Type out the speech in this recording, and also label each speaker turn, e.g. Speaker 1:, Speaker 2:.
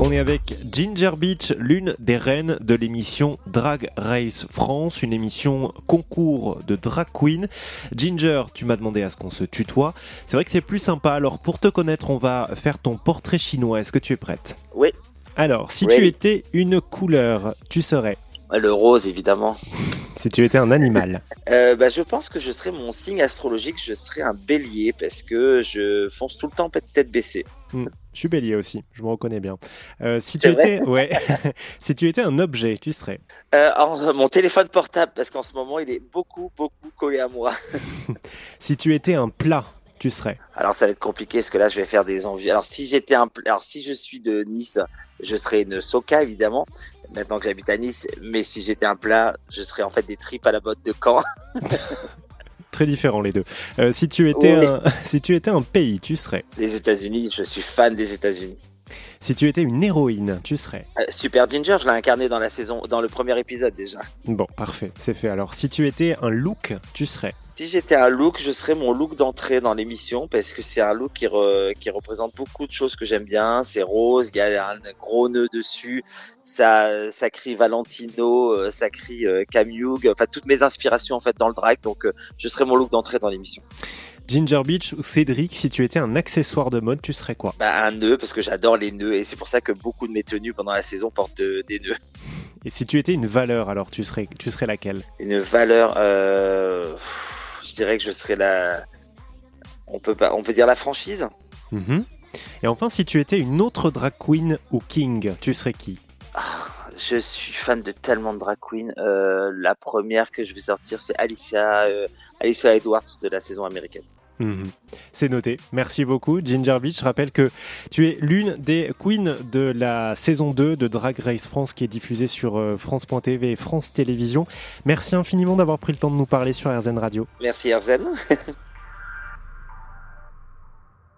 Speaker 1: On est avec Ginger Beach, l'une des reines de l'émission Drag Race France, une émission concours de drag queen. Ginger, tu m'as demandé à ce qu'on se tutoie. C'est vrai que c'est plus sympa. Alors pour te connaître, on va faire ton portrait chinois. Est-ce que tu es prête
Speaker 2: Oui.
Speaker 1: Alors, si
Speaker 2: Oui.
Speaker 1: tu étais une couleur, tu serais.
Speaker 2: Le rose, évidemment.
Speaker 1: Si tu étais un animal.
Speaker 2: Euh, bah, je pense que je serais mon signe astrologique, je serais un bélier parce que je fonce tout le temps tête baissée.
Speaker 1: Je suis bélier aussi, je me reconnais bien. Euh, si, tu
Speaker 2: C'est vrai
Speaker 1: étais, ouais, si tu étais un objet, tu serais.
Speaker 2: Euh, alors, mon téléphone portable parce qu'en ce moment il est beaucoup, beaucoup collé à moi.
Speaker 1: Si tu étais un plat, tu serais.
Speaker 2: Alors ça va être compliqué parce que là je vais faire des envies. Alors si j'étais un, pl- alors si je suis de Nice, je serais une soca évidemment. Maintenant que j'habite à Nice, mais si j'étais un plat, je serais en fait des tripes à la botte de Caen.
Speaker 1: Très différents les deux. Euh, si, tu étais
Speaker 2: Oui.
Speaker 1: un, si tu étais un pays, tu serais.
Speaker 2: Les États-Unis, je suis fan des États-Unis.
Speaker 1: Si tu étais une héroïne, tu serais.
Speaker 2: Euh, Super Ginger, je l'ai incarné dans la saison, dans le premier épisode déjà.
Speaker 1: Bon, parfait, c'est fait. Alors, si tu étais un look, tu serais.
Speaker 2: Si j'étais un look, je serais mon look d'entrée dans l'émission parce que c'est un look qui, re- qui représente beaucoup de choses que j'aime bien. C'est rose, il y a un gros nœud dessus, ça, ça crie Valentino, euh, ça crie euh, Cam Hughes, enfin toutes mes inspirations en fait dans le drag. Donc euh, je serais mon look d'entrée dans l'émission.
Speaker 1: Ginger Beach ou Cédric, si tu étais un accessoire de mode, tu serais quoi
Speaker 2: Bah, un nœud parce que j'adore les nœuds et c'est pour ça que beaucoup de mes tenues pendant la saison portent euh, des nœuds.
Speaker 1: Et si tu étais une valeur, alors tu serais, tu serais laquelle
Speaker 2: Une valeur, euh, pff, je dirais que je serais la, on peut pas, on peut dire la franchise.
Speaker 1: Mhm. Et enfin, si tu étais une autre drag queen ou king, tu serais qui
Speaker 2: Ah, Je suis fan de tellement de drag queens. Euh, la première que je vais sortir, c'est Alicia, euh, Alicia Edwards de la saison américaine.
Speaker 1: Mhm. C'est noté. Merci beaucoup, Ginger Beach. Je rappelle que tu es l'une des queens de la saison 2 de Drag Race France qui est diffusée sur euh, France.tv et France Télévisions. Merci infiniment d'avoir pris le temps de nous parler sur RZN Radio.
Speaker 2: Merci Erzen.